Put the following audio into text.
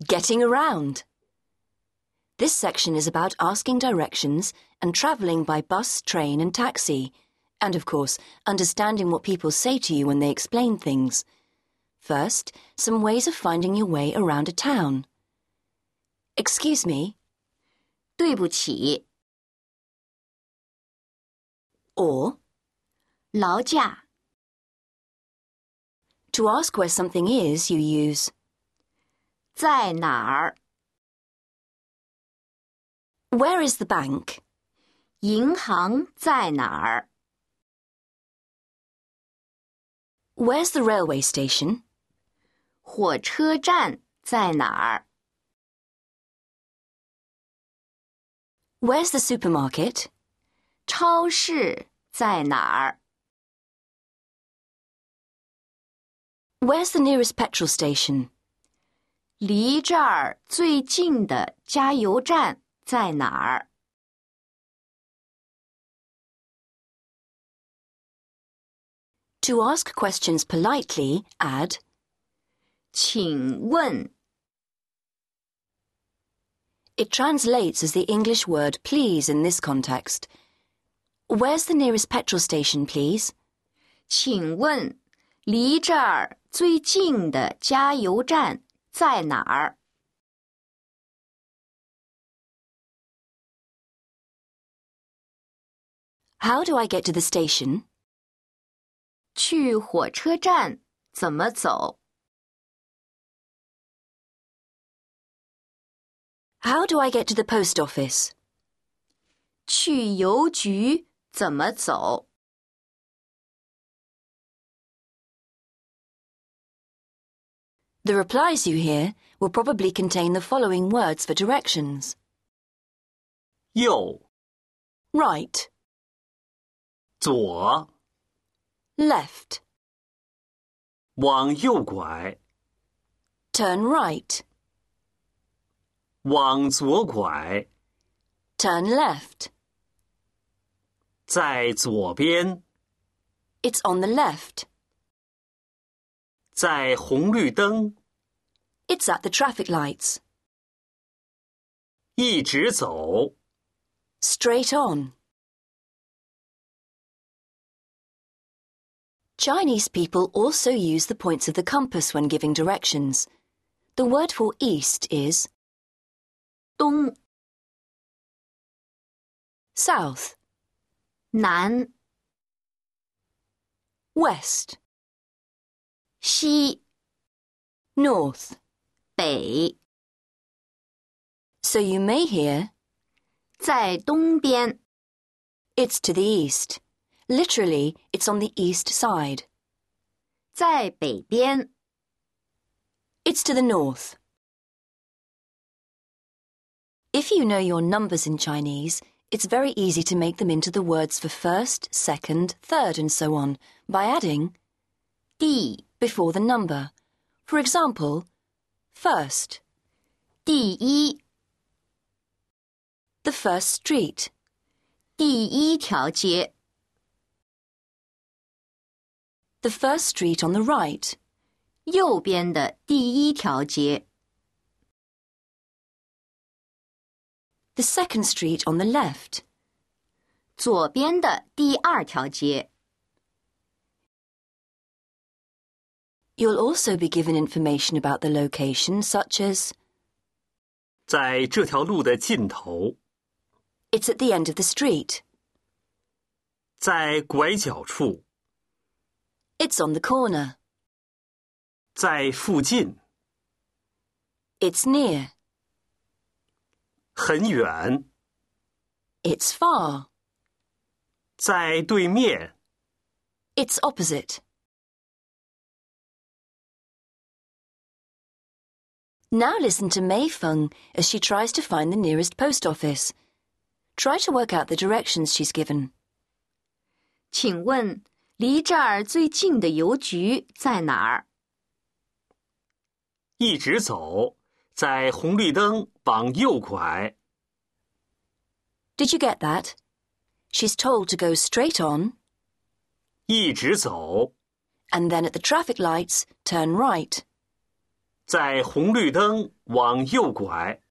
Getting around. This section is about asking directions and travelling by bus, train, and taxi. And of course, understanding what people say to you when they explain things. First, some ways of finding your way around a town. Excuse me, 对不起， or 劳驾， to ask where something is, you use 在哪儿？ where is the bank? 银行在哪儿？ Where's the railway station? 火车站在哪儿？ Where's the supermarket? 超市在哪儿？ Where's the nearest petrol station? 离这儿最近的加油站在哪儿？ To ask questions politely, add 请问 It translates as the English word please in this context. Where's the nearest petrol station, please? 请问，离这儿最近的加油站在哪儿？ How do I get to the station? 去火车站怎么走？ How do I get to the post office? 去邮局怎么走？ The replies you hear will probably contain the following words for directions 右、 right, 左， left, 往右拐， turn right, 往左拐， turn left. 在左边， It's on the left. 在红绿灯， It's at the traffic lights. 一直走， Straight on. Chinese people also use the points of the compass when giving directions. The word for east is 东 south, 南 west, 西 north. 北， So you may hear 在东边， it's to the east. Literally, it's on the east side. 在北边， It's to the north. If you know your numbers in Chinese, it's very easy to make them into the words for first, second, third, and so on by adding 第 before the number. For example, first, E. 第一 the first street, 第一条街， the first street on the right, 右边的第一条街， the second street on the left. 左边的第二条街， You'll also be given information about the location, such as 在这条路的尽头， it's at the end of the street, 在拐角处， it's on the corner, 在附近， it's near. 很远， It's far. 在对面， It's opposite. Now listen to Mei Feng as she tries to find the nearest post office. Try to work out the directions she's given. 请问离这儿最近的邮局在哪儿？一直走，在红绿灯往右拐， Did you get that? She's told to go straight on, 一直走， and then at the traffic lights, turn right. 在红绿灯往右拐。